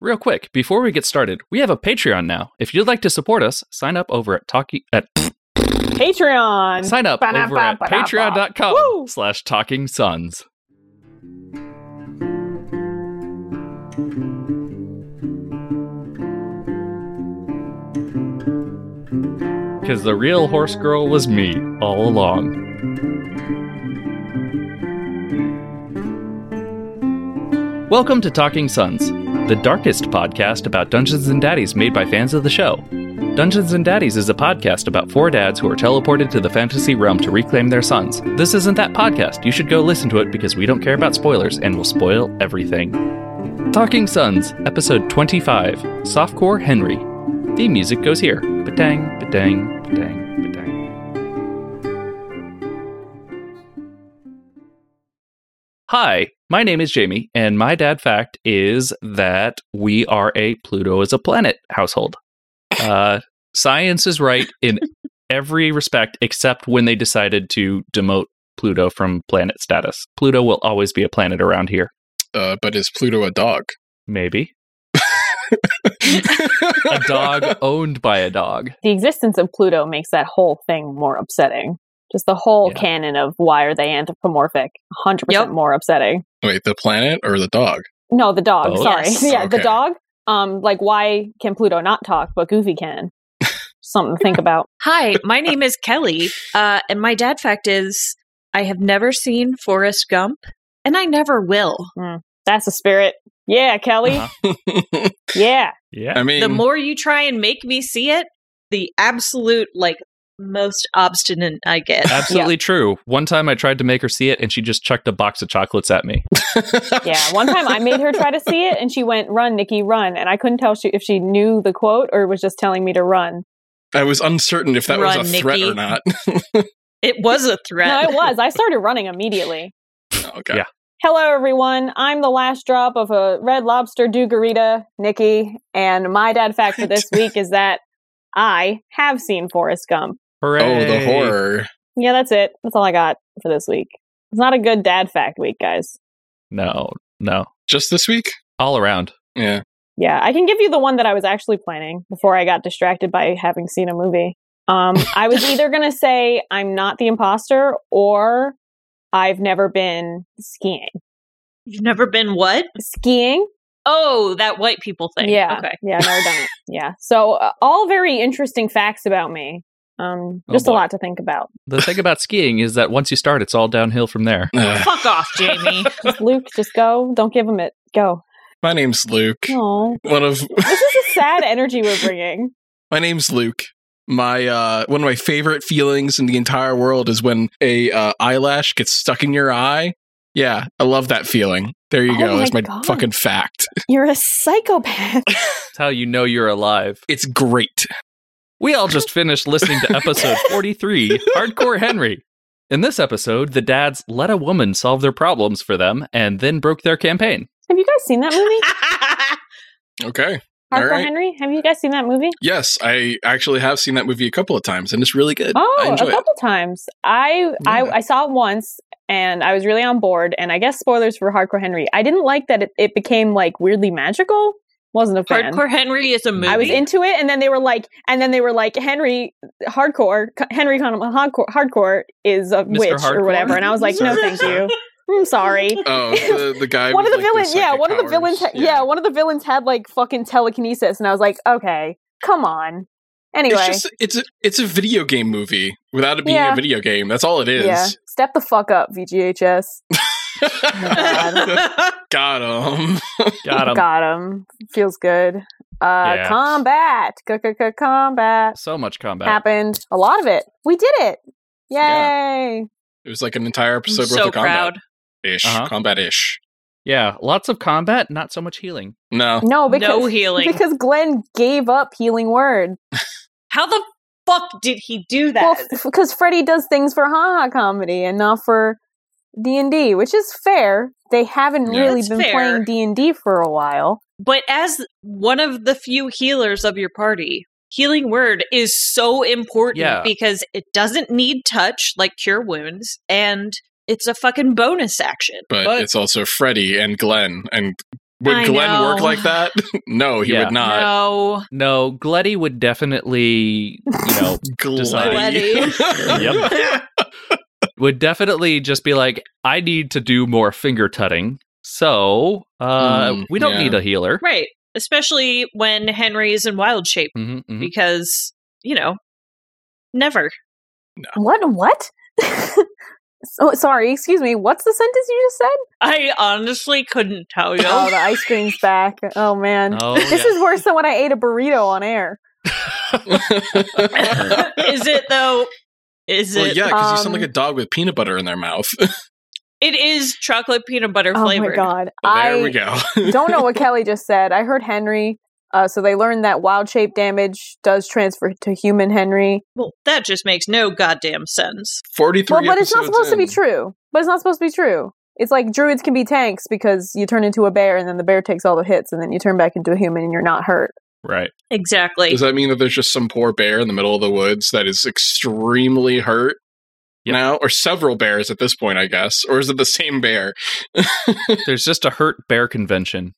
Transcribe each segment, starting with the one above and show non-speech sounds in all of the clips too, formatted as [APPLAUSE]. Real quick, before we get started, we have a Patreon now. If you'd like to support us, sign up over at Talking at Patreon. sign up over at patreon.com Woo! slash talking sons. Cause the real horse girl was me all along. Welcome to Talking Sons, the darkest podcast about Dungeons and Daddies made by fans of the show. Dungeons and Daddies is a podcast about four dads who are teleported to the fantasy realm to reclaim their sons. This isn't that podcast. You should go listen to it because we don't care about spoilers and will spoil everything. Talking Sons, episode 25, Softcore Henry. The music goes here. Batang, batang, batang, batang. Hi, my name is Jamie, and my dad fact is that we are a Pluto is a planet household uh, science is right in every respect except when they decided to demote Pluto from planet status. Pluto will always be a planet around here. Uh, but is Pluto a dog? Maybe. [LAUGHS] A dog [LAUGHS] owned by a dog. The existence of Pluto makes that whole thing more upsetting. Just the whole Yeah. canon of why are they anthropomorphic? 100% Yep. more upsetting. Wait, the planet or the dog? No, the dog. Both? Sorry. [LAUGHS] Yes. Yeah, the Okay. dog. Um, like why can Pluto not talk but Goofy can? [LAUGHS] Something to think about. Hi, my name is Kelly, uh, and my dad fact is I have never seen Forrest Gump, and I never will. That's a spirit. Yeah, Kelly. Uh-huh. Yeah. Yeah. I mean, [LAUGHS] The more you try and make me see it, the absolute like most obstinate I get. Absolutely true. One time I tried to make her see it and she just chucked a box of chocolates at me. Yeah. One time I made her try to see it and she went, "Run, Nikki, run." And I couldn't tell she, if she knew the quote or was just telling me to run. I was uncertain if that Run, was a threat Nikki. or not. [LAUGHS] It was a threat. No, it was. I started running immediately. okay. Yeah. Hello, everyone. I'm the last drop of a Red Lobster Dugarita, Nikki, and my dad fact for this week is that I have seen Forrest Gump. Hooray. Oh, the horror. Yeah, that's it. That's all I got for this week. It's not a good dad fact week, guys. No, no. Just this week? All around. Yeah. Yeah, I can give you the one that I was actually planning before I got distracted by having seen a movie. Um, I was either going to say I'm not the imposter or I've never been skiing. [LAUGHS] You've never been what? Skiing? Oh, that white people thing. Yeah. Okay. Yeah, I've never done it. Yeah. So uh, all very interesting facts about me. Um, Oh, just a boy. lot to think about. The thing about skiing is that once you start, it's all downhill from [LAUGHS] there. Uh, Fuck off, Jamie. Just Luke, just go. Don't give him it. Go. my name's Luke. No. One of [LAUGHS] This is a sad energy we're bringing. my name's Luke. My uh, one of my favorite feelings in the entire world is when a uh, eyelash gets stuck in your eye. Yeah, I love that feeling. There you Oh go. my That's my God. fucking fact. You're a [LAUGHS] psychopath. It's how you know you're alive. It's great. We all just finished listening to episode 43, Hardcore Henry. In this episode, the dads let a woman solve their problems for them and then broke their campaign. Have you guys seen that movie? Okay. [LAUGHS] All Hardcore right. Henry? Have you guys seen that movie? Yes, I actually have seen that movie a couple of times, and it's really good. I Oh, a enjoy it. couple times. I, Yeah. I I saw it once and I was really on board. And I guess spoilers for Hardcore Henry. I didn't like that it, it became like weirdly magical. Wasn't a fan. Hardcore Henry is a movie. I was into it, and then they were like, and then they were like, Henry Hardcore, C- Henry Con- hardcore, hardcore is a Mr. witch Hardcore? or whatever, and I was like, no, thank you. I'm [LAUGHS] [LAUGHS] sorry. Oh, the, the guy. one of with, the like, villains, yeah, psychic one of the powers. villains, ha- yeah. one of the villains had like fucking telekinesis, and I was like, okay, come on. Anyway, It's just it's a it's a video game movie without it being Yeah. a video game. That's all it is. [LAUGHS] yeah, Oh, step the fuck up, VGHS. [LAUGHS] Got him. [LAUGHS] Got him. Got him. Feels good. Uh, Yeah. combat, C-c-c- combat So much combat. happened. A lot of it. We did it. Yay! It was like an entire I'm episode worth so of combat proud. ish, Uh-huh. combat ish. Yeah, lots of combat, not so much healing. No, No, Oh, because no healing. Because Glenn gave up healing word. How the fuck did he do that? Well, because Freddy does things for haha comedy and not for D and D, which is fair. They haven't Yeah. really That's been fair. playing D and D for a while. but as one of the few healers of your party, healing word is so important Yeah. because it doesn't need touch like cure wounds and it's a fucking bonus action. but, But- it's also Freddy and Glenn and Would I Glenn know. work like that? [LAUGHS] no, he Yeah. would not. no. No, Gletty would definitely, you know, [LAUGHS] Glenny. Yep. would definitely just be like, I need to do more finger tutting. So uh, Mm, we don't yeah. need a healer. Right. Especially when Henry is in wild shape hmm Mm-hmm. hmm because, you know, never. What? What? [LAUGHS] so, sorry, excuse me. What's the sentence you just said? I honestly couldn't tell you. [LAUGHS] Oh, the ice cream's back. Oh man, Oh, this yeah. is worse than when I ate a burrito on air. [LAUGHS] [LAUGHS] is it though? Is well, it? yeah, because you sound um, like a dog with peanut butter in their mouth. [LAUGHS] It is chocolate peanut butter Oh my flavored. god, there I we go. [LAUGHS] don't know what Kelly just said. I heard Henry. Uh, so they learned that wild shape damage does transfer to human Henry. Well, that just makes no goddamn sense. Forty-three. Well, but it's not episodes supposed to in. be true. But it's not supposed to be true. It's like druids can be tanks because you turn into a bear and then the bear takes all the hits and then you turn back into a human and you're not hurt. Right. Exactly. Does that mean that there's just some poor bear in the middle of the woods that is extremely hurt Yep. now, or several bears at this point, I guess, or is it the same bear? it's There's just a hurt bear convention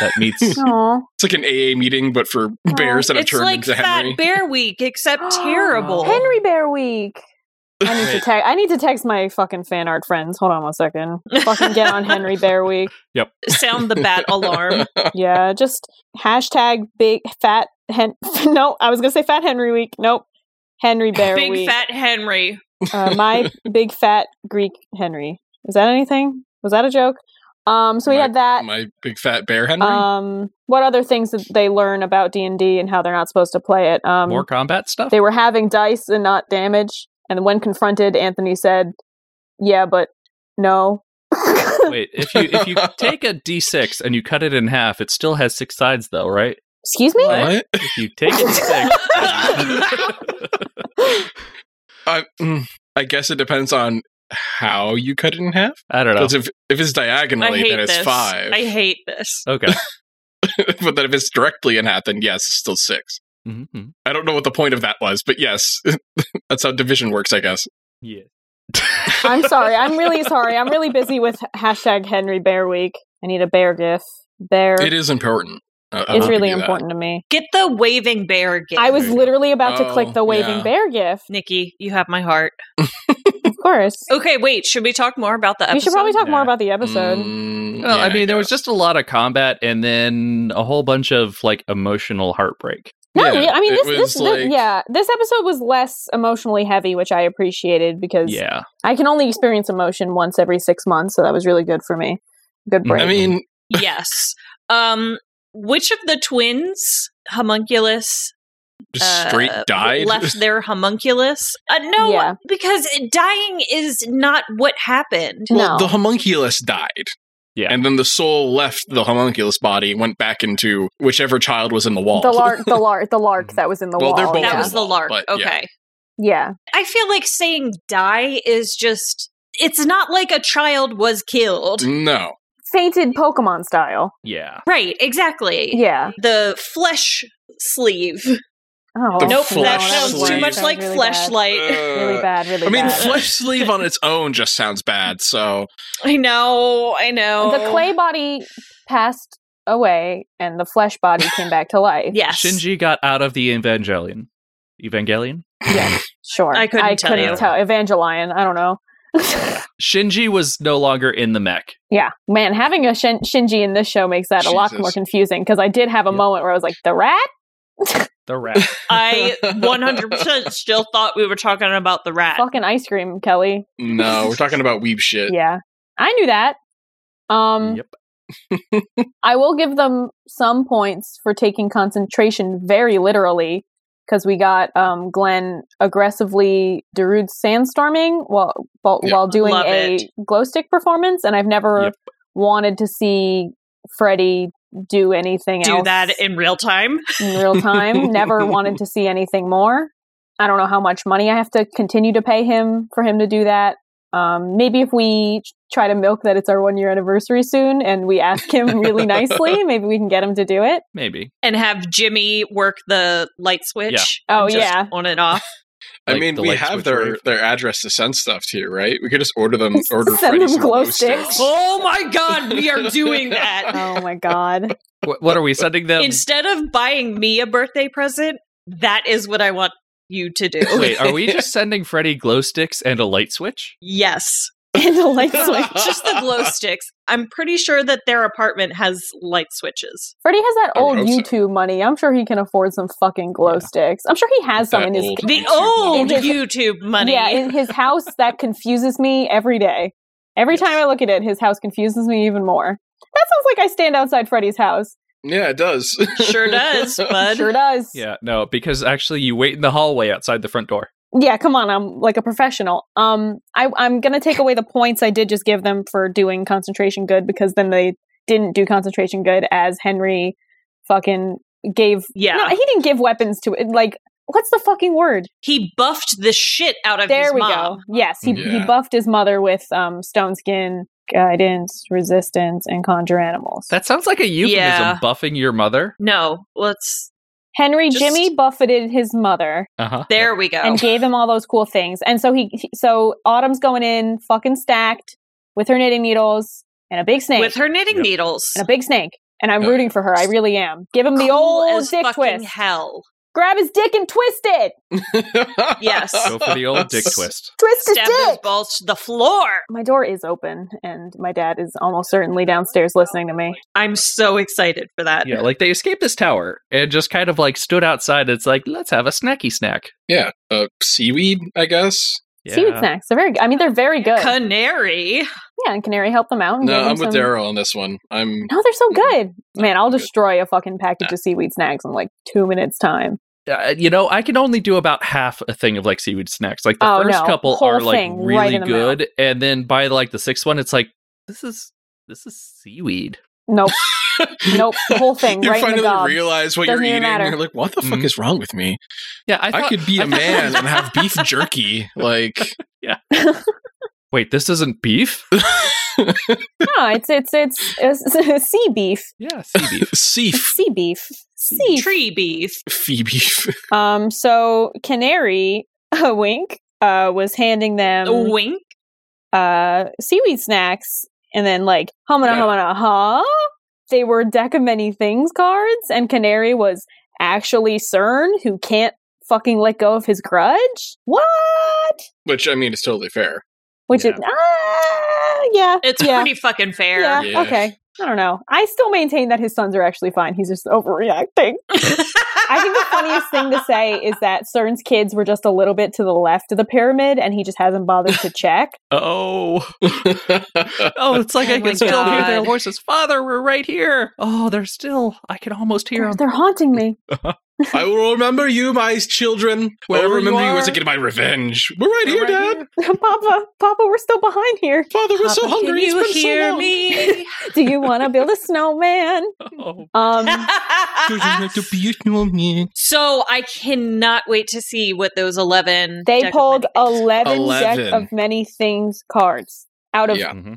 that meets. Aw. like an AA meeting, but for bears that have It's turned like into Fat Henry. Bear [GASPS] Week, except terrible. Henry Bear [LAUGHS] Week. I need to Wait. text. I need to text my fucking fan art friends. Hold on one second. Fucking get [LAUGHS] on Henry Bear Week. Sound the bat [LAUGHS] alarm. Yeah, just hashtag big fat hen. [LAUGHS] No, I was gonna say fat Henry Week. Nope, Henry [LAUGHS] Bear Big Week. fat Henry. Uh, [LAUGHS] my big fat Greek Henry. Is that anything? Was that a joke? Um, so we My- had that. My big fat bear Henry. Um, what other things did they learn about D and D and how they're not supposed to play it? Um, More combat stuff? they were having dice and not damage. And when confronted, Anthony said, "Yeah, but no." [LAUGHS] Wait, if you if [LAUGHS] you take a d6 and you cut it in half, it still has six sides, though, right? Excuse me. what? If you take a [LAUGHS] d6, I, mm, I guess it depends on how you cut it in half. I don't know. 'Cause if if it's I diagonally, hate then it's this. five. [LAUGHS] I hate this. Okay. but then if it's directly in half, then yes, it's still six. hmm I don't know what the point of that was, but yes, [LAUGHS] that's how division works, I guess. Yeah. I'm sorry. I'm [LAUGHS] really sorry. I'm really busy with hashtag Henry Bear Week. I need a bear gif. Bear. It is important. Uh, I- I it's will really give you that. important to me. Get the waving bear again. I was There you go. literally about to Oh, click the waving yeah. bear gif. Nikki, you have my heart. Of course. Okay, wait. Should we talk more about the episode? We should probably talk more Yeah. about the episode. Mm, Well, I yeah, mean, there was guess. just a lot of combat and then a whole bunch of like emotional heartbreak. No, Yeah, yeah, I mean it this, this, was this like- yeah, this episode was less emotionally heavy, which I appreciated because Yeah. I can only experience emotion once every six months, so that was really good for me. Good Mhm. break. Mm-hmm. I mean, yes. Um, which of the twins, homunculus, just straight uh, died. [LAUGHS] left their homunculus? Uh, no, Yeah. because dying is not what happened. Well, no. the homunculus died. Yeah. And then the soul left the homunculus body and went back into whichever child was in the wall. the lark, the lark, the lark that was in the Mm-hmm. Well, wall. they're both That Yeah. was the lark. But, yeah. okay. yeah. I feel like saying die is just it's not like a child was killed. no. fainted Pokemon style. Yeah. Right, exactly. Yeah. The flesh sleeve. Oh, The nope, that flesh sounds too sleeve. much like really Bad. fleshlight. [LAUGHS] Really Uh, bad. Really I mean, bad. flesh sleeve on its own just sounds bad. So [LAUGHS] I know, I know. the clay body passed away, and the flesh body came back to life. [LAUGHS] Yes. Shinji got out of the Evangelion. Evangelion? Yeah, sure. I couldn't tell you. Evangelion. I don't know. Shinji was no longer in the mech. yeah, man, having a Shin- Shinji in this show makes that a lot Jesus. more confusing because I did have a Yeah. moment where I was like, the rat. The rat. [LAUGHS] I 100% still thought we were talking about the rat. Fucking ice cream, Kelly. no, we're talking about weeb shit. Yeah, I knew that. Um, yep. I will give them some points for taking concentration very literally because we got um, Glenn aggressively Darude sandstorming while while, Yep. while doing Love a it. glow stick performance, and I've never Yep. wanted to see Freddy do anything Do else that in real time. in real time. never wanted to see anything more. I don't know how much money I have to continue to pay him for him to do that. Um, maybe if we ch- try to milk that it's our one year anniversary soon and we ask him really nicely, maybe we can get him to do it. Maybe. And have Jimmy work the light switch. Yeah. Oh, Just yeah. On and off. I Like mean, the we light have switch their wave? their address to send stuff to, right? We could just [LAUGHS] order them. Order Send Freddy them some glow sticks. [LAUGHS] Oh my god, we [LAUGHS] are doing that. Oh my god. What, what are we sending them? Instead of buying me a birthday present, that is what I want you to do. Wait, are we just sending Freddy glow sticks and a light switch? Yes. [LAUGHS] And the light switch. Just the [LAUGHS] glow sticks. I'm pretty sure that their apartment has light switches. Freddie has that I old would hope so. YouTube money. I'm sure he can afford some fucking glow Yeah. sticks. I'm sure he has some That in his old- The YouTube old money. YouTube money. Yeah, in his house that confuses me every day. Every time I look at it, his house confuses me even more. That sounds like I stand outside Freddie's house. Yeah, it does. [LAUGHS] [LAUGHS] sure [LAUGHS] does, bud. Sure does. Yeah, no, because actually you wait in the hallway outside the front door. Yeah, come on, I'm like a professional. Um I I'm going to take away the points I did just give them for doing concentration good because then they didn't do concentration good as Henry fucking gave Yeah. No, he didn't give weapons to it. Like what's the fucking word? he buffed the shit out of There his we mom. go. Yes, he, he Yeah. buffed his mother with um, stone skin, guidance, resistance, and conjure animals. That sounds like a euphemism, Yeah. buffing your mother. No, let's. Henry Just- Jimmy buffeted his mother Uh-huh. There we go. and gave him all those cool things. And so he, he- so Autumn's going in fucking stacked with her knitting needles and a big snake With her knitting Yep. needles. and a big snake. And I'm Yeah. rooting for her. I really am. Give him the Cool old as dick fucking twist. hell. Grab his dick and twist it. [LAUGHS] Yes. Go for the old [LAUGHS] dick twist. Twist his Stab those dick. balls to the floor. My door is open, and my dad is almost certainly downstairs listening to me. I'm so excited for that. Yeah, like they escaped this tower and just kind of like stood outside. It's like, let's have a snacky snack. Yeah, uh, seaweed, I guess. Yeah. Seaweed snacks. They're very. good. I mean, they're very good. Canary. Yeah, and Canary helped them out. And No, gave them I'm with some- Daryl on this one. I'm No, they're so good. Mm-hmm. Man, I'll Good. destroy a fucking package of seaweed snacks in like two minutes time. Uh, you know, I can only do about half a thing of like seaweed snacks. Like the Oh, first no. couple Whole are like thing, right really in the mouth. good, and then by like the sixth one, it's like this is this is seaweed. Nope, [LAUGHS] nope. The whole thing [LAUGHS] You right in the finally gob. realize what Doesn't you're even eating. matter. You're like, what the fuck Mhm. is wrong with me? Yeah, I, Mm-hmm. I, thought, could be I a thought- [LAUGHS] man and have beef jerky. [LAUGHS] Like, [LAUGHS] Wait, this isn't [LAUGHS] beef. no, it's it's it's, it's, [LAUGHS] sea beef. Yeah, sea beef. It's seaf, sea beef. Sea. Tree beef. fee beef. [LAUGHS] Um. So Canary, [LAUGHS] a wink, uh, was handing them A wink. uh seaweed snacks, and then like humana Yeah. humana huh. They were deck of many things cards, and Canary was actually Cern, who can't fucking let go of his grudge. What? Which, I mean, is totally [LAUGHS] fair. Which is Yeah. ah, yeah, It's yeah, pretty fucking fair. yeah, Yeah. okay. I don't know. I still maintain that his sons are actually fine. He's just [LAUGHS] overreacting. I think the funniest thing to say is that Cern's kids were just a little bit to the left of the pyramid, and he just hasn't bothered to check. [LAUGHS] Oh, oh, it's like Oh I my can still hear their God. voices. Father, we're right here. Oh, they're still. I can almost hear They're, them. they're haunting [LAUGHS] me. I will remember you, my children. When I Oh, Wherever you remember you, are. was to get my revenge. We're right here, Dad. [LAUGHS] Papa, Papa, we're still behind here. Father, we're so hungry. Can you it's been hear so [LAUGHS] long. me? Do you want to build a [LAUGHS] snowman? [LAUGHS] Oh, Um, so I cannot wait to see what those eleven. they deck of pulled many things- 11, deck 11. of many things cards out of Yeah. mhm.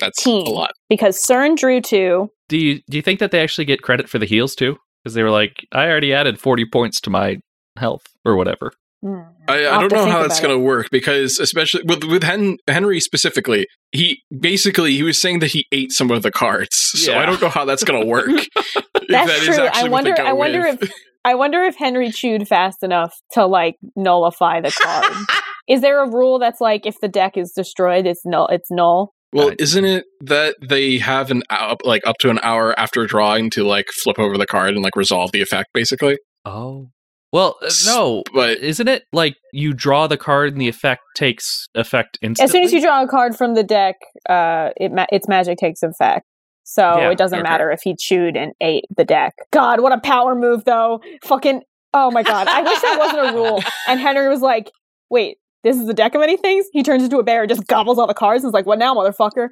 That's 18 a lot. because Cern drew two. Do you do you think that they actually get credit for the heals too? Because they were like, I already added forty points to my health or whatever. Hmm. I, I'll I have don't to know think how that's about it. going to work because, especially with with Hen- Henry specifically, he basically he was saying that he ate some of the cards. So Yeah. I don't know how that's going [LAUGHS] to work. If That's that is true. I actually what they wonder. go I wonder with. if I wonder if Henry chewed fast enough to like nullify the [LAUGHS] card. [LAUGHS] is there a rule that's like if the deck is destroyed, it's null? It's null. Well, I- isn't it that they have an up like up to an hour after drawing to like flip over the card and like resolve the effect, basically? Oh, well, uh, no, But isn't it like you draw the card and the effect takes effect instantly? As soon as you draw a card from the deck, uh, it ma- its magic takes effect. So Yeah, it doesn't okay. matter if he chewed and ate the deck. God, what a power move, though! Fucking oh my god! I wish that wasn't a [LAUGHS] rule. And Henry was like, "Wait, this is the deck of many things." He turns into a bear and just gobbles all the cards. and is like, "What now, motherfucker?"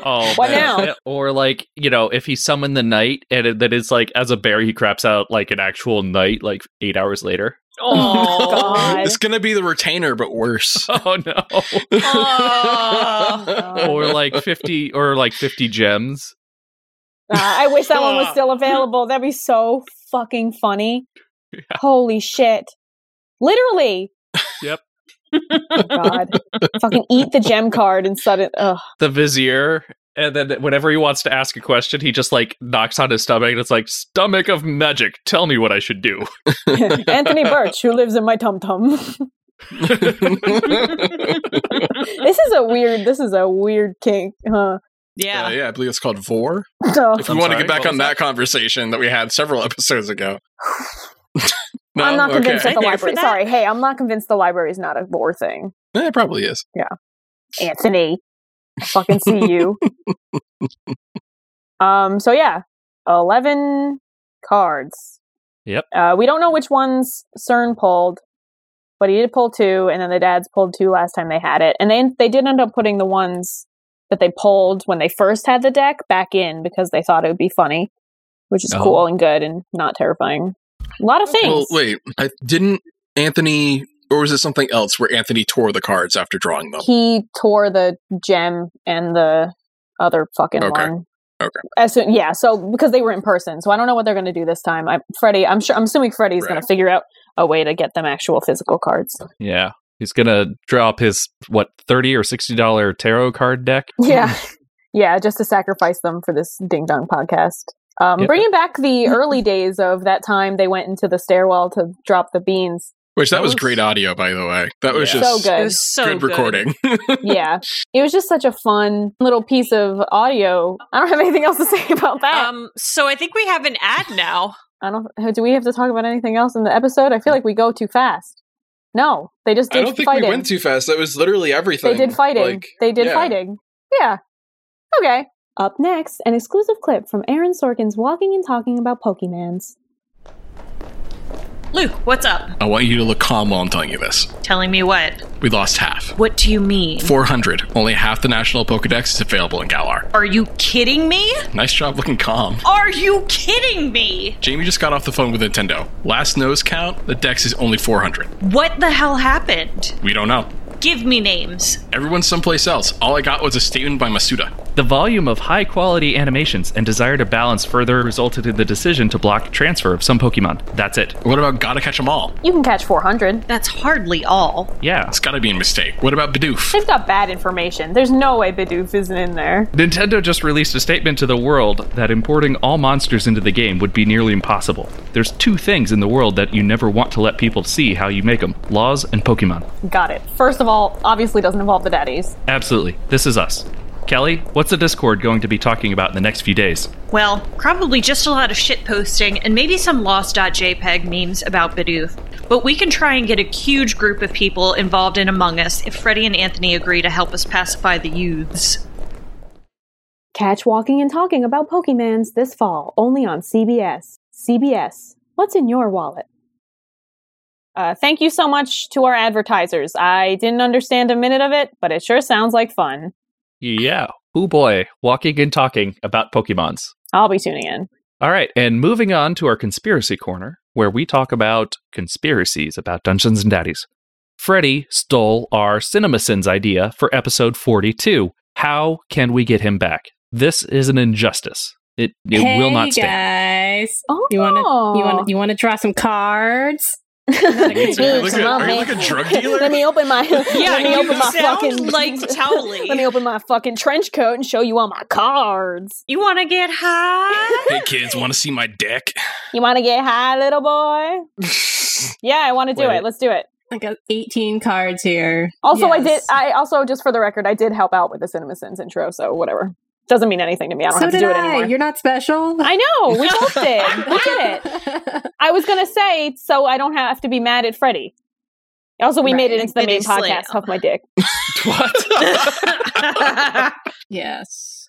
[LAUGHS] Oh, What man. now? [LAUGHS] Or like you know, if he summoned the knight and it, that it's like as a bear he craps out like an actual knight like eight hours later. [LAUGHS] Oh, God. it's gonna be the retainer, but worse. Oh no! [LAUGHS] Oh. [LAUGHS] or [LAUGHS] like fifty or like fifty gems. Uh, I wish that [LAUGHS] one was still available. That'd be so fucking funny. Holy shit. Literally. Yep. Oh, God. Fucking eat the gem card and sudden. [LAUGHS] Ugh. the vizier and then whenever he wants to ask a question he just like knocks on his stomach and it's like stomach of magic tell me what i should do Anthony Birch, who lives in my tum tum. [LAUGHS] this is a weird. This is a weird kink, huh? [LAUGHS] Uh, Yeah. yeah, I believe it's called Vor. So, If we I'm want to sorry, get back what on was that conversation that we had several [LAUGHS] [SIGHS] episodes ago. No? I'm not convinced Okay. that the There for library. that? Sorry, hey, I'm not convinced the library is not a lore thing. Eh, it probably is. Anthony, I fucking see you. um. So yeah, eleven cards. Yep. Uh, we don't know which ones Cern pulled, but he did pull two, and then the dads pulled two last time they had it, and they they did end up putting the ones that they pulled when they first had the deck back in because they thought it would be funny, which is Oh. cool and good and not terrifying. A lot of things. Well, wait. I didn't Anthony, or was it something else where Anthony tore the cards after drawing them? he tore the gem and the other fucking Okay. one. Okay. As soon, yeah, so because they were in person, so I don't know what they're going to do this time. I, Freddie, I'm sure. I'm assuming Freddie's going to Right. figure out a way to get them actual physical cards. yeah he's gonna draw up his what 30 or 60 dollar tarot card deck [LAUGHS] [LAUGHS] Yeah, yeah, just to sacrifice them for this ding dong podcast. Um, Yeah. Bringing back [LAUGHS] the early days of that time they went into the stairwell to drop the beans. Which that, That was, was- great audio, by the way. That was Yeah. just so It good. was so good recording. [LAUGHS] yeah, it was just such a fun little piece of audio. I don't have anything else to say about that. Um, so I think we have an ad now. I don't. [LAUGHS] Do we have to talk about anything else in the episode? I feel like we go too fast. No, they just did I don't think fighting. we went too fast. That was literally everything. they did fighting. Like, they did yeah. fighting. Yeah. Okay. Up next, an exclusive clip from Aaron Sorkin's Walking and Talking About Pokemans. Luke, what's up? I want you to look calm while I'm telling you this. Telling me what? We lost half. What do you mean? 400. Only half the national Pokedex is available in Galar. Are you kidding me? Nice job looking calm. Are you kidding me? Jamie just got off the phone with Nintendo. Last nose count, the Dex is only 400. What the hell happened? We don't know. Give me names. Everyone's someplace else. All I got was a statement by Masuda. the volume of high quality animations and desire to balance further resulted in the decision to block transfer of some pokemon that's it What about gotta catch 'em all? You can catch 400. That's hardly all. yeah It's gotta be a mistake. What about Bidoof? They've got bad information. There's no way Bidoof isn't in there. Nintendo just released a statement to the world that importing all monsters into the game would be nearly impossible. There's two things in the world that you never want to let people see how you make them laws and Pokemon. Got it. First of all, obviously doesn't involve the daddies. Absolutely. This is us. Kelly, what's the Discord going to be talking about in the next few days? Well, probably just a lot of shit posting and maybe some lost.jpg memes about Bidoof. But we can try and get a huge group of people involved in Among Us if Freddie and Anthony agree to help us pacify the youths. Catch Walking and Talking About Pokemans this fall, only on CBS. CBS, what's in your wallet? Uh, thank you so much to our advertisers. I didn't understand a minute of it, but it sure sounds like fun. Yeah. Oh boy, walking and talking about Pokemons. I'll be tuning in. All right, and moving on to our conspiracy corner, where we talk about conspiracies about Dungeons and Daddies. Freddy stole our CinemaSins idea for episode 42. How can we get him back? This is an injustice. It, it hey will not stand. guys. Oh, You wanna- You want you want to draw some cards? Are you like a- are you like a drug dealer? [LAUGHS] Let me open my let me you open my sound fucking [LAUGHS] like Towley. Let me open my fucking trench coat and show you all my cards. You want to get [LAUGHS] high? Hey kids, wanna see my [LAUGHS] dick? You want to get high, little boy? Yeah, I want to do Wait. it. Let's do it. I got 18 cards here. Also, I did. Yes. I also, just for the record, I did help out with the CinemaSins intro, so whatever. Doesn't mean anything to me. I don't so have to did do it I. anymore. You're not special. I [LAUGHS] know. We both did. We did it. I was gonna say, so I don't have to be mad at Freddie. Also, we made it Right. into the Did he main slay podcast. him? Huff my dick. What? [LAUGHS] [LAUGHS] yes.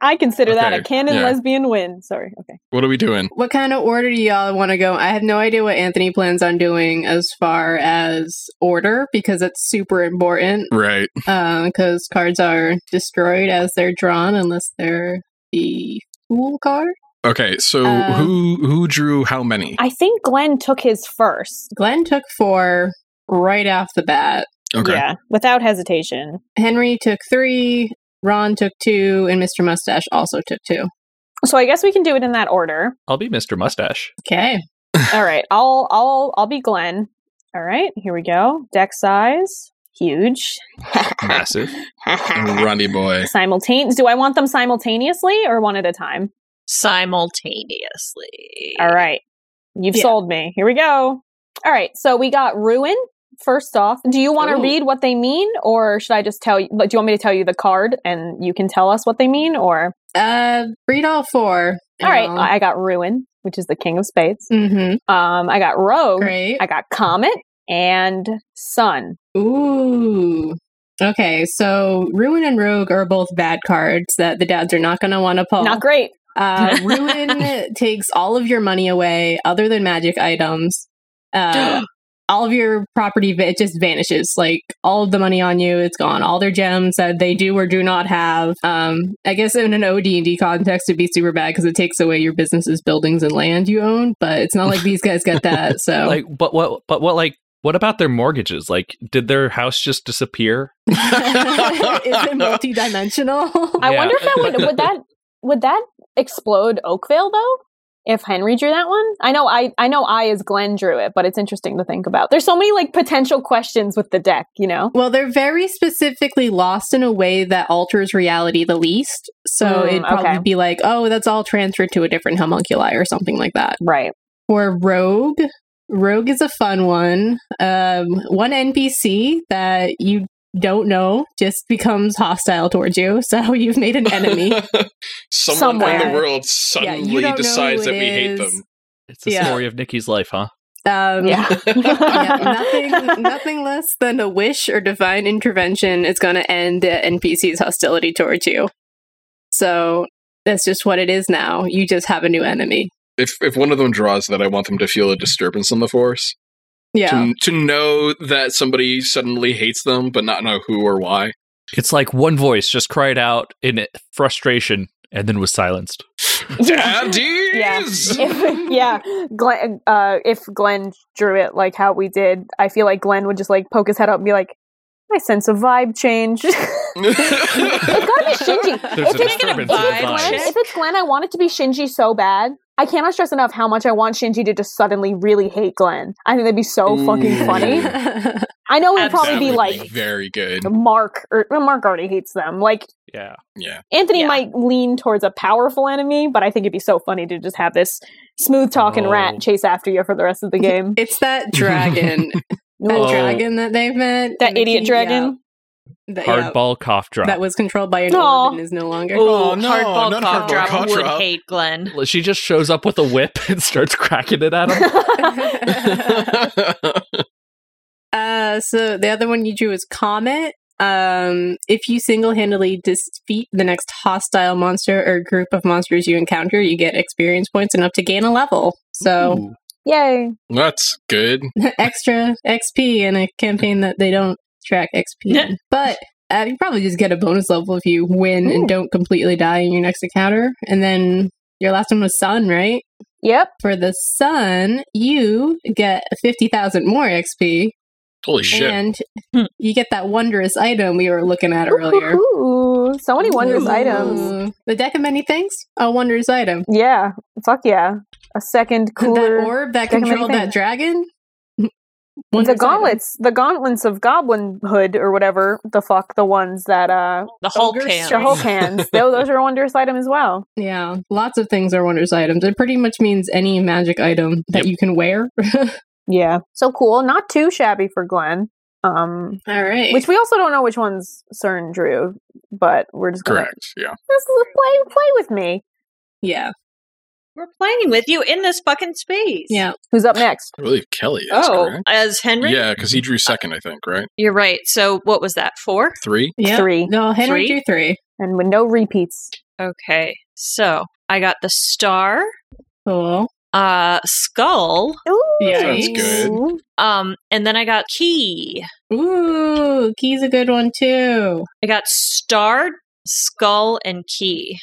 I consider that a Okay, canon yeah. lesbian win. Sorry. Okay. what are we doing? What kind of order do y'all want to go? I have no idea what Anthony plans on doing as far as order because it's super important Right. because cards are destroyed as they're drawn unless they're the fool card. Okay, so Um, who who drew how many? I think Glenn took his first. Glenn took four right off the bat. Okay. Yeah, without hesitation. Henry took three, Ron took two, and Mr. Mustache also took two. So I guess we can do it in [LAUGHS] that order. [LAUGHS] I'll be Mr. Mustache. Okay. All right. I'll I'll I'll be Glenn. All right, here we go. Deck size, huge. Massive. Runny boy. Simultaneous. Do I want them simultaneously or one at a time? simultaneously. All right. You've Yeah. sold me. Here we go. All right. So we got ruin. First off, do you want to Ooh. read what they mean, or should I just tell you? Like, do you want me to tell you the card and you can tell us what they mean? Or Uh, read all four. all right, I I got ruin, which is the king of spades. mm-hmm. Um, I got rogue. Great. I got comet and sun. Ooh. Okay, so Ruin and Rogue are both bad cards that the dads are not going to want to pull. Not great. Uh, Ruin takes all of your money away, other than magic items. Uh, all of your property, va- it just vanishes. Like all of the money on you, it's gone. All their gems that they do or do not have. Um, I guess in an OD&D context, it'd be super bad because it takes away your businesses, buildings, and land you own. But it's not like these guys got that. So Like, but what? But what? Like, what about their mortgages? Like, did their house just disappear? [LAUGHS] is it multi-dimensional? I Yeah. wonder if that would would that would that explode Oakville though? If Henry drew that one, I know I I know I as Glenn drew it, but it's interesting to think about. There's so many like potential questions with the deck, you know. Well, they're very specifically lost in a way that alters reality the least. So Mm, it'd probably okay. be like, oh, that's all transferred to a different homunculi or something like that. [LAUGHS] Right. For Rogue, Rogue is a fun one. Um, one NPC that you don't know just becomes hostile towards you. [LAUGHS] So you've made an enemy. [LAUGHS] Someone Somewhere. in the world Yeah, you suddenly don't know decides who that it we hate is. them. It's the Yeah. story of Nikki's life, huh? [LAUGHS] Um, Yeah. yeah, [LAUGHS] nothing, nothing less than a wish or divine intervention is going to end the NPC's hostility towards you. So that's just what it is now. You just have a new enemy. If if one of them draws that, I want them to feel a disturbance on the force. Yeah. To, to know that somebody suddenly hates them, but not know who or why. It's like one voice just cried out in frustration and then was silenced. [LAUGHS] Daddies! If, yeah, Glenn. Uh, if Glenn drew it like how we did, I feel like Glenn would just like poke his head up and be like, "I sense a vibe change." [LAUGHS] it's gotta be [LAUGHS] There's Shinji. If a it's- disturbance if in the it's Glenn, Fine. vibes. if it's Glenn, I want it to be Shinji so bad. I cannot stress enough how much I want Shinji to just suddenly really hate Glenn. I think that'd be so Ooh. Mm. fucking funny. I know it'd That probably be would like very good. Um, Mark or well, Mark already hates them. Like Yeah. [LAUGHS] Yeah. [LAUGHS] Anthony Yeah. might lean towards a powerful enemy, but I think it'd be so funny to just have this smooth talking Oh. rat chase after you for the rest of [LAUGHS] the game. [LAUGHS] it's that [LAUGHS] dragon, that Oh. dragon that they've met. that idiot dragon. Yeah, that, yeah, Hardball cough drop. that was controlled by an Aw. orb and is no longer. Oh, [LAUGHS] Ooh, [LAUGHS] no, hardball not cough hardball drop cough would drop. hate Glenn. she just shows up with a whip [LAUGHS] and starts cracking it at him. [LAUGHS] Uh, so the other one you drew is Comet. Um, if you single-handedly defeat the next hostile monster or group of monsters you encounter, you get experience points enough to gain a level. So [LAUGHS] Yay. That's good. [LAUGHS] extra XP in a campaign that they don't track XP. in. But uh, you probably just get a bonus level if you win Ooh. and don't completely die in your next encounter. And then your last one was Sun, right? Yep. For the Sun, you get fifty thousand more XP. Holy shit. And Hmm. you get that wondrous item we were looking at earlier. Ooh, so many wondrous Ooh. items. The deck of many things? A wondrous item. Yeah. Fuck yeah. A second cooler. That orb that deck of many controlled that things. [LAUGHS] dragon? Wondrous the item. gauntlets, the gauntlets of goblin hood or whatever the fuck the ones that uh The Hulk Ogres hands. [LAUGHS] Sure. Hulk hands. Those, those are a wondrous item as well. Yeah. Lots of things are wondrous items. It pretty much means any magic item that Yep. you can wear. Yeah. So cool. Not too shabby for Glenn. Um All right. which we also don't know which ones Cern drew, but we're just gonna Correct. Yeah. just play play with me. yeah. We're playing with you in this fucking space. Yeah. Who's up next? I believe Kelly is Oh, correct. as Henry? Yeah, because he drew second, I think, right? You're right. So what was that? Four? [LAUGHS] Three? Yeah. Three. No, Three? Henry drew three. And with no repeats. Okay. So I got the star, Cool. uh, skull, Ooh. Yeah, Sounds good. um, and then I got key. Ooh, key's a good one too. I got star, skull, and key.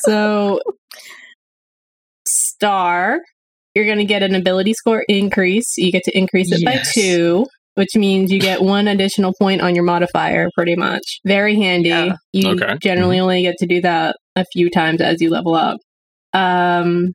So, star, you're going to get an ability score increase. You get to increase it Yes. by two, which means you get one additional point on your modifier, pretty much. Very handy. Yeah. You Okay. generally only get to do that a few times as you level up. Um,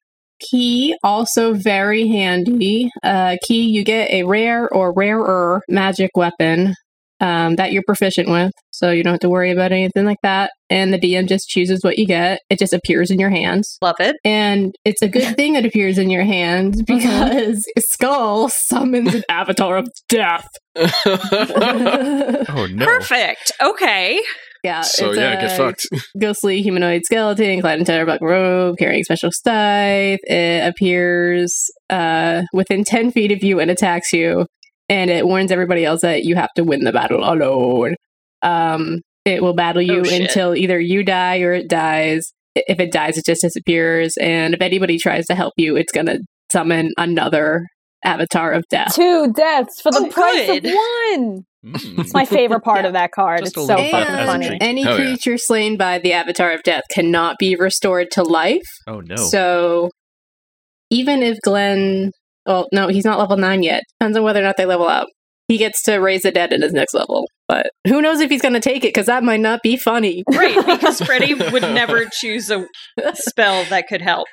key, also very handy. Uh, key, you get a rare or rarer magic weapon um, that you're proficient with, so you don't have to worry about anything like that. And the DM just chooses what you get, it just appears in your hands. Love it. And it's a good thing it appears in your hands because [LAUGHS] Skull summons an avatar of death. [LAUGHS] [LAUGHS] Oh no! Perfect. Okay. yeah, so it's yeah, a get fucked. ghostly humanoid skeleton clad in terrorbuck robe carrying special scythe it appears uh, within 10 feet of you and attacks you and it warns everybody else that you have to win the battle alone um, it will battle you Oh, shit. until either you die or it dies I- if it dies it just disappears and if anybody tries to help you it's gonna summon another avatar of death Two deaths for the Oh, price good. of one. It's Mm. my favorite part of that card. Just It's a so little bit fucking as a funny. treat. any Hell yeah. creature slain by the avatar of death cannot be restored to life Oh no! So even if Glenn, well, no, he's not level nine yet. Depends on whether or not they level up. He gets to raise the dead in his next level, but who knows if he's going to take it because that might not be funny. [LAUGHS] Great. Because Freddy [LAUGHS] would never choose a spell that could help.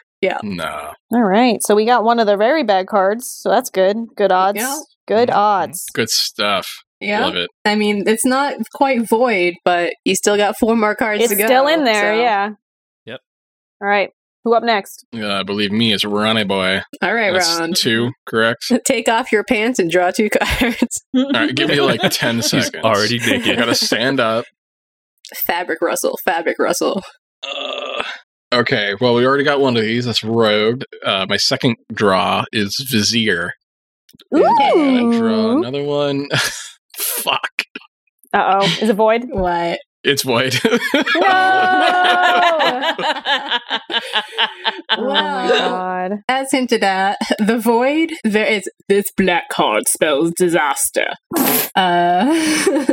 no. All right, so we got one of the very bad cards, so that's good. Good odds. Yeah. Good Mhm. Mm-hmm. odds. Good stuff. Yeah, Love it. I mean it's not quite void, but you still got four more cards It's to go. still in there, so- yeah. Yep. All right, who up next? Uh, believe me, it's Ronnie Boy. All right, That's Ron. two, correct? [LAUGHS] Take off your pants and draw two [LAUGHS] cards. All [LAUGHS] [LAUGHS] right, give me like 10 She's [LAUGHS] seconds. already [LAUGHS] You naked. gotta stand up. Fabric rustle, fabric rustle. Uh, okay, well, we already got one of these. That's Rogue. Uh, my second draw is Vizier. And I gotta draw Ooh. another one. [LAUGHS] Fuck. Uh oh, is it void? [LAUGHS] What? It's [LAUGHS] void. No! Oh my Well. god. As hinted at, [LAUGHS] the void there is this black card spells disaster. uh, [LAUGHS]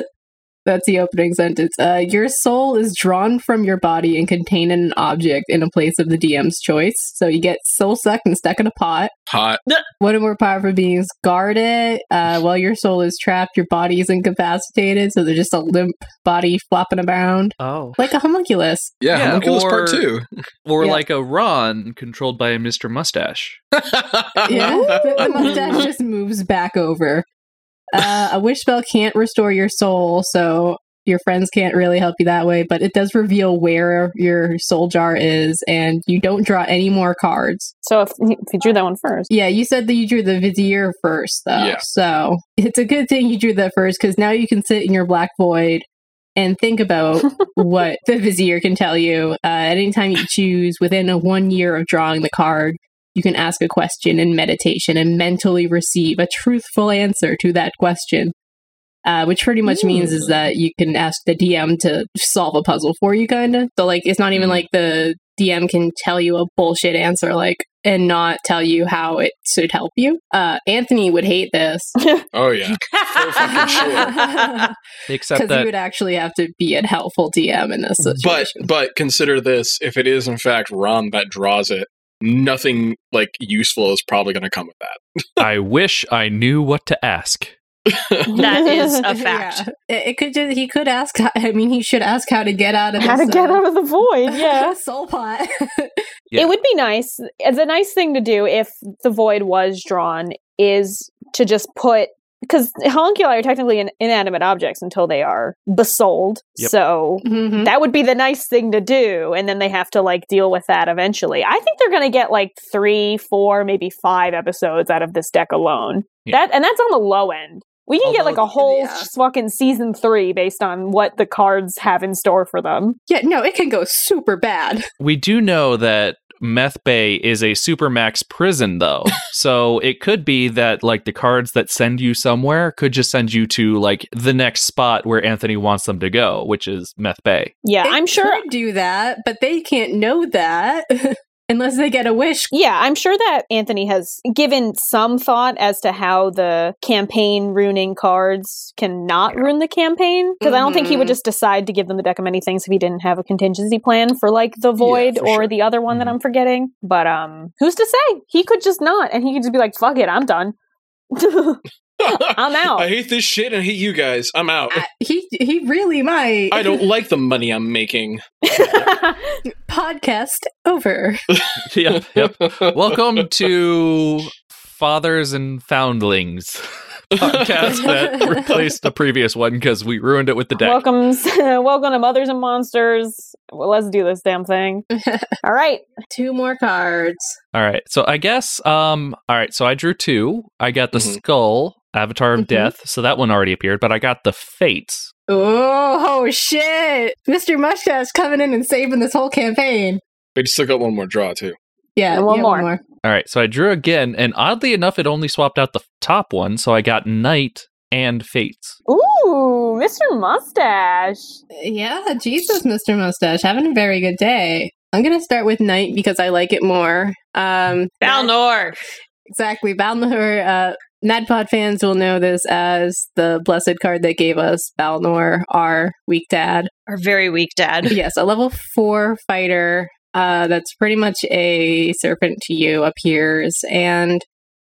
that's the opening sentence. Uh, your soul is drawn from your body and contained in an object in a place of the DM's choice. So you get soul sucked and stuck in a pot. Hot. One or more powerful beings guard it. Uh, while your soul is trapped, your body is incapacitated, so they're just a limp body flopping around [LAUGHS] oh, like a homunculus. Yeah, Yeah, homunculus part or- two. [LAUGHS] or Yeah. like a Ron controlled by a Mr. Mustache. yeah, the, the mustache just moves back over. Uh, a wish spell can't restore your soul, so your friends can't really help you that way. But it does reveal where your soul jar is, and you don't draw any more cards. So if, if you drew that one [LAUGHS] first, Yeah, you said that you drew the vizier first, though. Yeah. So it's a good thing you drew that first because now you can sit in your black void and think about what the vizier can tell you. Uh, at any time you choose, within a one year of drawing the card, you can ask a question in meditation and mentally receive a truthful answer to that question. Uh, which pretty much means is that you can ask the DM to solve a puzzle for you, kind of. So like, it's not Mm-hmm. even like the DM can tell you a bullshit answer, like, and not tell you how it should help you. Uh, Anthony would hate this. oh, yeah. So fucking sure. [LAUGHS] Except Because you that would actually have to be a helpful DM in this [LAUGHS] But situation. but consider this: if it is in fact Ron that draws it, nothing like useful is probably going to come with that. [LAUGHS] I wish I knew what to ask. That [LAUGHS] is a fact. [LAUGHS] Yeah. It, it could just he could ask. I mean, he should ask how to get out of how to this, get uh, out of the [LAUGHS] void. [LAUGHS] Yeah. soul pot. Yeah. It would be nice. It's a nice thing to do if the void was drawn is to just put because homunculi are technically in, inanimate objects until they are besold. Yep. So Mhm. that would be the nice thing to do, and then they have to like deal with that eventually. I think they're going to get like three, four, maybe five episodes out of this deck alone. Yeah. That and that's on the low end. We can get Although- like a whole Yeah. fucking season three based on what the cards have in store for them. Yeah, no, it can go super bad. We do know that Meth Bay is a supermax prison, though. so it could be that, like, the cards that send you somewhere could just send you to, like, the next spot where Anthony wants them to go, which is Meth Bay. Yeah, They I'm sure could do that, but they can't know that [LAUGHS] unless they get a wish. Yeah, I'm sure that Anthony has given some thought as to how the campaign ruining cards cannot ruin the campaign. Because I don't think he would Mm-hmm. Mhm. just decide to give them the deck of many things if he didn't have a contingency plan for like the void for or sure. Mm-hmm. the other one that Mhm. I'm forgetting. But um who's to say? He could just not and he could just be like, fuck it, [LAUGHS] I'm done. I'm out. [LAUGHS] [LAUGHS] I hate this shit and I hate you guys. I'm out. Uh, [LAUGHS] he he really might. I don't like the money I'm making. [LAUGHS] podcast over. [LAUGHS] yep, [LAUGHS] yep. [LAUGHS] Welcome to Fathers and [LAUGHS] Foundlings podcast that replaced the previous one because we ruined it with the deck. Welcome, [LAUGHS] welcome to Mothers and Monsters. Well, let's do this damn thing. [LAUGHS] All right. Two more cards. All right. So I guess um all right, so I drew two. I got Mm-hmm. the Mhm. skull, Avatar of Mhm. Death, so that one already appeared, but I got the fates. Oh shit! Mr. Mustache coming in and saving this whole campaign. But you still got one more draw too. Yeah, And one yeah, more. All right, so I drew again, and oddly enough, it only swapped out the f- top one, so I got knight and fates. Ooh, Mr. Mustache. Yeah, Jesus, Mr. Mustache, having a very good day. I'm gonna start with Knight because I like it more. Um, Balnor. Exactly. Balnor, uh, NADPOD fans will know this as the blessed card that gave us Balnor, our weak dad. Our very weak dad. [LAUGHS] yes, a level four fighter uh, that's pretty much a serpent to you appears, and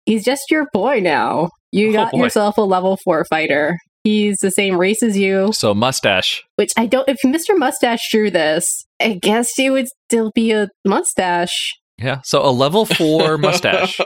he's just your boy now. You Oh, got boy. yourself a level four fighter. He's the same race as you, So mustache. which I don't. If Mr. Mustache drew this, I guess he would still be a mustache, Yeah. So a level [LAUGHS] four [LAUGHS] mustache.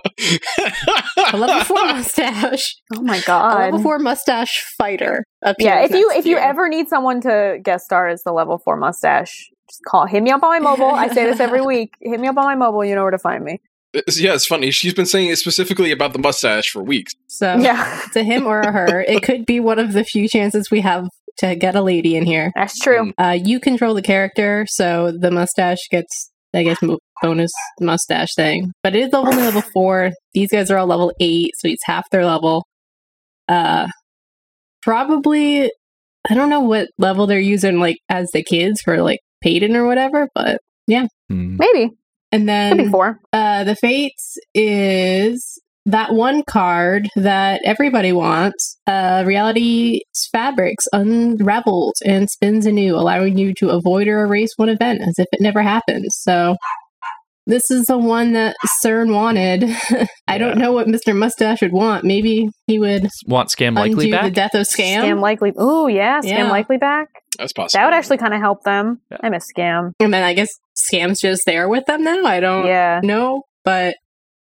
a level [LAUGHS] four mustache. Oh my a god. level four mustache fighter. Appears yeah, if you next if you year. ever need someone to guest star as the level four mustache, just call hit me up on my mobile. I say this [LAUGHS] every week. Hit me up on my mobile, you know where to find me. It's- yeah, it's funny. She's been saying it specifically about the mustache for weeks. so [LAUGHS] Yeah. to him or her, it could be one of the few chances we have to get a lady in here. That's true. Uh, you control the character, so the mustache gets, I guess, mo- bonus mustache thing. But it is level only level four. These guys are all level eight, so he's half their level. Uh, probably, I don't know what level they're using, like as the kids for like Payton or whatever. But Hmm. Maybe. Could and be then four. Uh, the Fates is that one card that everybody wants. Uh, reality's fabrics unravels and spins anew, allowing you to avoid or erase one event as if it never happened. So. This is the one that CERN wanted. [LAUGHS] I don't know what Mr. Mustache would want. Maybe he would Want scam likely undo the back? death of Scam. Scam likely. Ooh, yeah, scam Yeah. likely back. That's possible. That would actually kind of help them. Yeah. I miss scam. and then I guess Scam's just there with them now. I don't. Yeah. No, but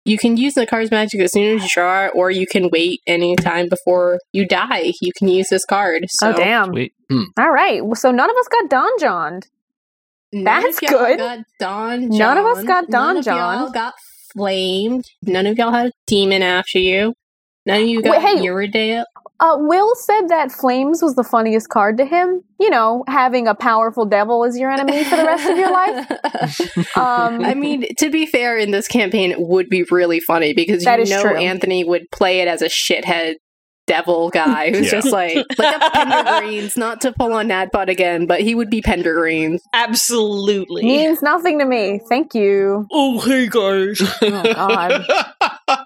you can use the card's magic as soon as you draw, it, or you can wait any time before you die. You can use this card. So oh damn. Wait. All right. Well, So none of us got donjoned. none of That's y'all good. Got Don None of us John. got None Don of y'all John. Got flamed. None of y'all had a demon after you. None of you got Wait, hey. Eurydia. Uh, Will said that flames was the funniest card to him. You know, having a powerful devil as your enemy for the rest of your life. [LAUGHS] Um, I mean, to be fair, in this campaign, it would be really funny because That you is know true. Anthony would play it as a shithead devil guy who's Yeah. [LAUGHS] just like like a Pendergreens. Not to pull on Nadbot again, but he would [LAUGHS] be Pendergreens. Absolutely. means nothing to me. Thank you. Oh, hey guys. Oh God.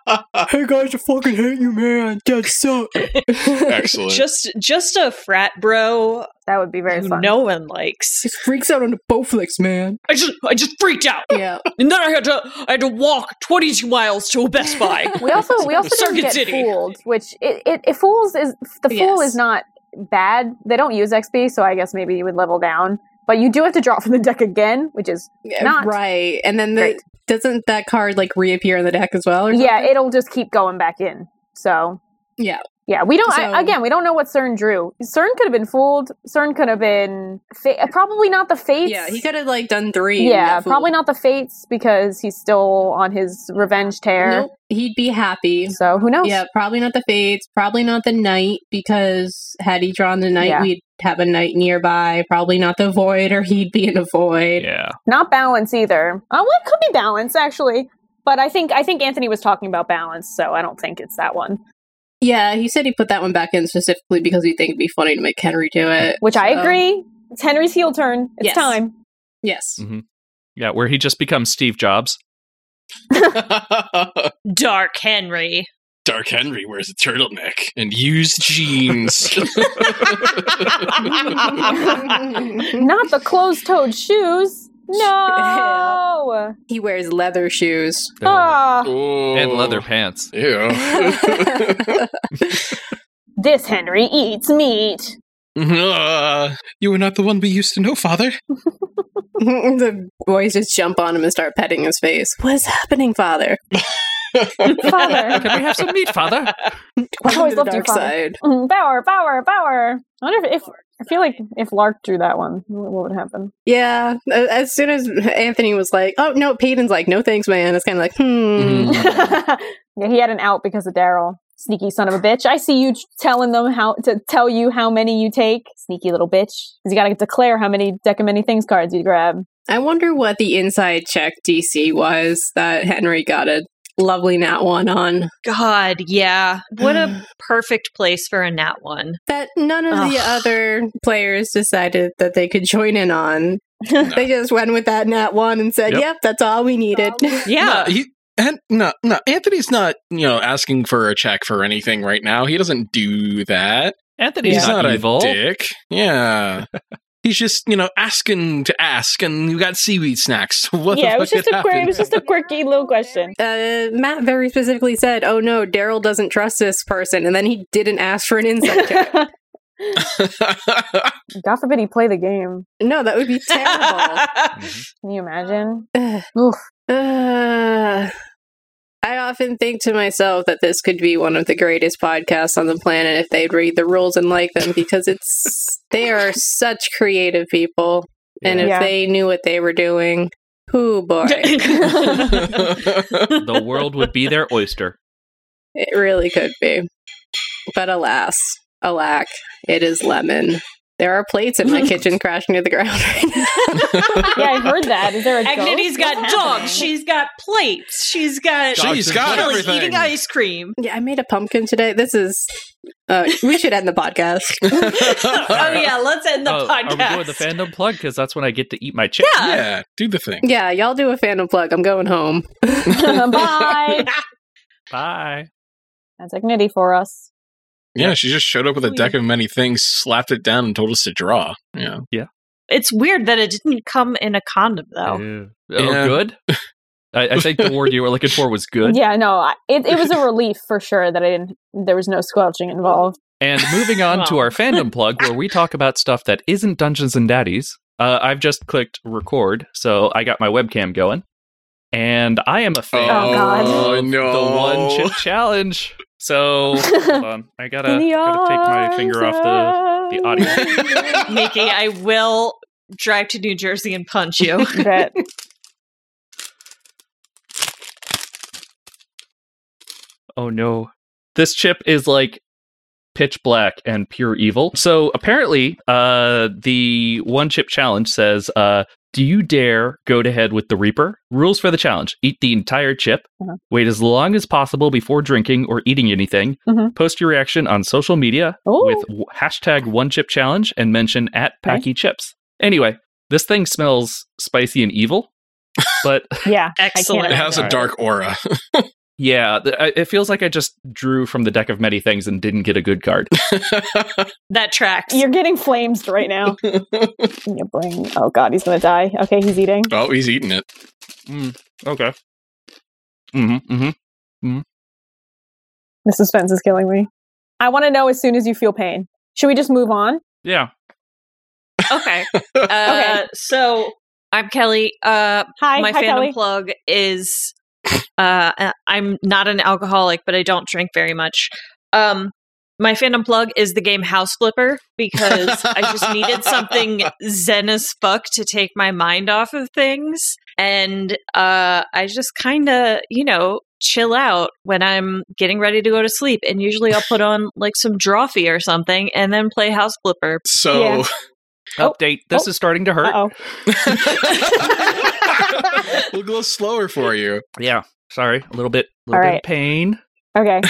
oh, [LAUGHS] Hey guys, I fucking hate you, man. That sucks. [LAUGHS] Excellent. Just just a frat bro That would be very who fun. no one likes. Just freaks out on the Bowflex, man. I just I just freaked out. Yeah. And then I had to I had to walk 22 miles to a Best Buy. We also [LAUGHS] we also don't Circuit get City. fooled, which it, it, it fools is the fool Yes. is not bad. They don't use XP, so I guess maybe you would level down. But you do have to draw from the deck again, which is [LAUGHS] Not- right. And then the, Great. doesn't that card like reappear in the deck as well? Or yeah, something? it'll just keep going back in. So Yeah. yeah, we don't. So- I, again, we don't know what CERN drew. CERN could have been fooled. CERN could have been fa- probably not the fates. yeah. He could have like done three. and Yeah, got fooled. probably not the fates because he's still on his revenge tear. Nope. He'd be happy. So who knows? Yeah, probably not the Fates, probably not the Knight, because had he drawn the Knight, Yeah. we'd have a Knight nearby. Probably not the Void, or he'd be in a Void. Yeah. Not balance either. Oh, well, it could be balance actually. But I think I think Anthony was talking about balance, so I don't think it's that one. Yeah, he said he put that one back in specifically because he think it'd be funny to make Henry do it. Which I So- um, agree. It's Henry's heel turn. It's Yes. time. Yes. [LAUGHS] Yeah, where he just becomes Steve Jobs. [LAUGHS] [LAUGHS] Dark [LAUGHS] Henry. Dark Henry wears a turtleneck and used [LAUGHS] jeans. [LAUGHS] Not the closed-toed shoes. No. He wears leather shoes. Ah, Ooh. And leather pants. Oh. Ew. this Henry eats meat. Uh, [LAUGHS] you were not the one we used to know, [LAUGHS] father. the boys just jump on him and start petting his face. What's happening, father? [LAUGHS] Father. Can we have some meat, father? Welcome always to the loved you, dark father. side. Mm, Bower, Bower, Bower. I wonder if, if I feel like if Lark drew that one, what what would happen? Yeah. a- As soon as Anthony was like, "Oh no," Peyton's like, "No thanks, man." It's kind of like, hmm. Mm-hmm. [LAUGHS] Mm. yeah, he had an out because of Daryl. Sneaky son of a bitch. I see you t- telling them how to tell you how many you take. Sneaky little bitch. Because you got to declare how many deck of many things cards you grab. I wonder what the inside check DC was that Henry got a lovely nat one on. God, yeah. What [SIGHS] a perfect place for a nat one. That none of the Ugh. other players decided that they could join in [LAUGHS] on. They just went with that nat one and said, Yep. "Yep, that's all we needed." Yeah. No, [LAUGHS] he, and no, no, Anthony's not, you know, asking for a check for anything right now. He doesn't do that. Anthony's He's not, not, evil. a dick. [LAUGHS] Yeah. He's just, you know, asking to ask, and you got seaweed snacks. [LAUGHS] What the yeah, it fuck was just could a quirky, happen? it was just a quirky little question. [LAUGHS] uh, Matt very specifically said, "Oh no, Daryl doesn't trust this person," and then he didn't ask for an [LAUGHS] insight check. [LAUGHS] God forbid he play the game. No, that would be [LAUGHS] terrible. Mm-hmm. [LAUGHS] Can you [LAUGHS] imagine? Ugh. Oof. Ugh. I often think to myself that this could be one of the greatest podcasts on the planet if they'd read the rules and like them [LAUGHS] because it's they are such creative people, and if Yeah. they knew what they were doing, whoo [LAUGHS] [LAUGHS] boy, the world would be their oyster. it really could be. But alas, alack, it is lemon. There are plates [LAUGHS] in my kitchen crashing to the ground right now. [LAUGHS] [LAUGHS] Yeah, I heard that. Is there a Agnity's ghost? got What's happening? [LAUGHS] dogs. She's got plates. She's got. Dogs She's and got plates. Kelly's eating ice cream. Yeah, I made a pumpkin today. This is. Uh, we should end the podcast. [LAUGHS] [LAUGHS] oh yeah, let's end the Oh, Are we podcast. doing the fandom plug? Because that's when I get to eat my chicken. Yeah. Yeah, do the thing. Yeah, y'all do a fandom plug. I'm going home. Bye. Bye. That's Agnity for us. Yeah, she just showed up Oh, with a deck of many things, slapped it down, and told us to draw. Yeah. [LAUGHS] [LAUGHS] It's weird that it didn't come in a condom though. Oh, Yeah. good. I, I think the word you were looking for was good. Yeah, no, I, it, it was a relief for sure that I didn't. There was no squelching involved. And moving on to Wow. our fandom plug, where we talk about stuff that isn't Dungeons and Daddies. Uh, I've just clicked record, so I got my webcam going, and I am a fan Oh, God. Oh, no. the one chip challenge. So hold on, I gotta, In the gotta take my arms finger off the. the [LAUGHS] audio. of- Nikki, I will drive to New Jersey and punch [LAUGHS] you. Bet. Oh no, this chip is like pitch black and pure evil. So apparently, uh, the one chip challenge says, uh, "Do you dare go to head with the Reaper?" Rules for the challenge: Eat the entire chip. Uh-huh. Wait as long as possible before drinking or eating anything. Mhm. Post your reaction on social media Ooh. with w- hashtag one chip challenge and mention at Nice. Packy Chips. Anyway, this thing smells spicy and [LAUGHS] evil, but Yeah, Excellent. It has a [LAUGHS] dark aura. yeah, th- I- it feels like I just drew from the deck of many things and didn't get a good card. [LAUGHS] That tracks. you're getting flamed right now. In Your brain. Oh God, he's gonna die. Okay, he's eating. oh, he's eating it. Okay. Mm-hmm. Mm-hmm. The suspense is killing me. I want to know as soon as you feel pain. Should we just move on? Yeah. [LAUGHS] okay. Uh, so I'm Kelly. Uh, Hi, my hi, fandom Kelly. plug is uh, uh, I'm not an alcoholic, but I don't drink very much. Um, my fandom plug is the game House Flipper because I just needed something zen as fuck to take my mind off of things, and uh, I just kind of you know chill out when I'm getting ready to go to sleep. And usually I'll put on like some drawfee or something, and then play House Flipper. So, Oh, Update. This oh, is starting to hurt. Uh oh. [LAUGHS] we'll go slower for you. Yeah. Sorry. A little bit. A little All bit right. of pain. [LAUGHS] Okay.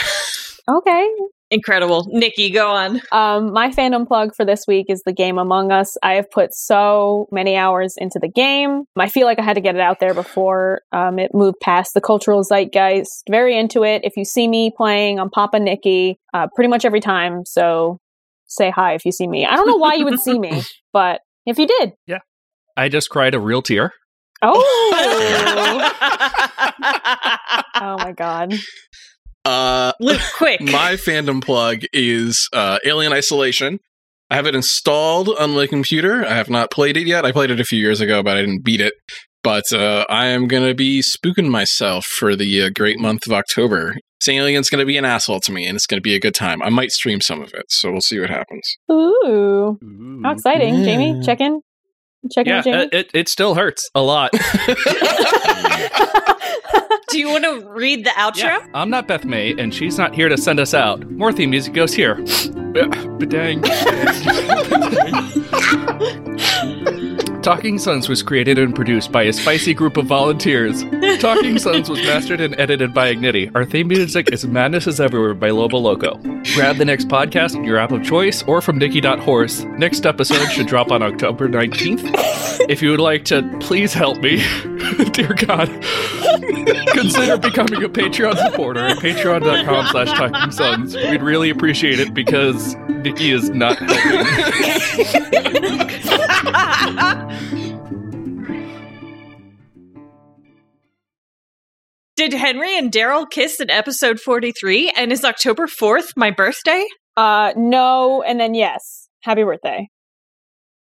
Okay. Incredible, Nikki, go on. Um, my fandom plug for this week is the game Among Us. I have put so many hours into the game. I feel like I had to get it out there before um, it moved past the cultural zeitgeist. Very into it. If you see me playing, I'm Papa Nikki uh, pretty much every time. So say hi if you see me. I don't know why you would see me, but if you did, I just cried a real tear. Oh, [LAUGHS] oh my god. Uh, Luke, quick. my fandom plug is uh, Alien Isolation. I have it installed on my computer. I have not played it yet. I played it a few years ago, but I didn't beat it. But uh, I am going to be spooking myself for the uh, great month of October. This alien's going to be an asshole to me, and it's going to be a good time. I might stream some of it, so we'll see what happens. Ooh, how exciting, Yeah. Jamie! Check in, check Mm, Yeah, uh, in, Jamie. it, it, it still hurts a lot. Do you want to read the outro? Yeah, I'm not Beth May, and she's not here to send us out. More theme music goes here. Dang. Talking Sons was created and produced by a spicy group of volunteers. Talking Sons was mastered and edited by Ignity. Our theme music is Madness is Everywhere by Lobo Loco. Grab the next podcast in your app of choice or from Nikki.horse. Next episode should drop on October 19th. If you would like to, please help me. [LAUGHS] Dear God consider becoming a patreon supporter at patreon.com slash talking sons we'd really appreciate it because nikki is not helping Did Henry and Daryl kiss in episode 43? And is October 4th my birthday? Uh, no, and then yes. Happy birthday.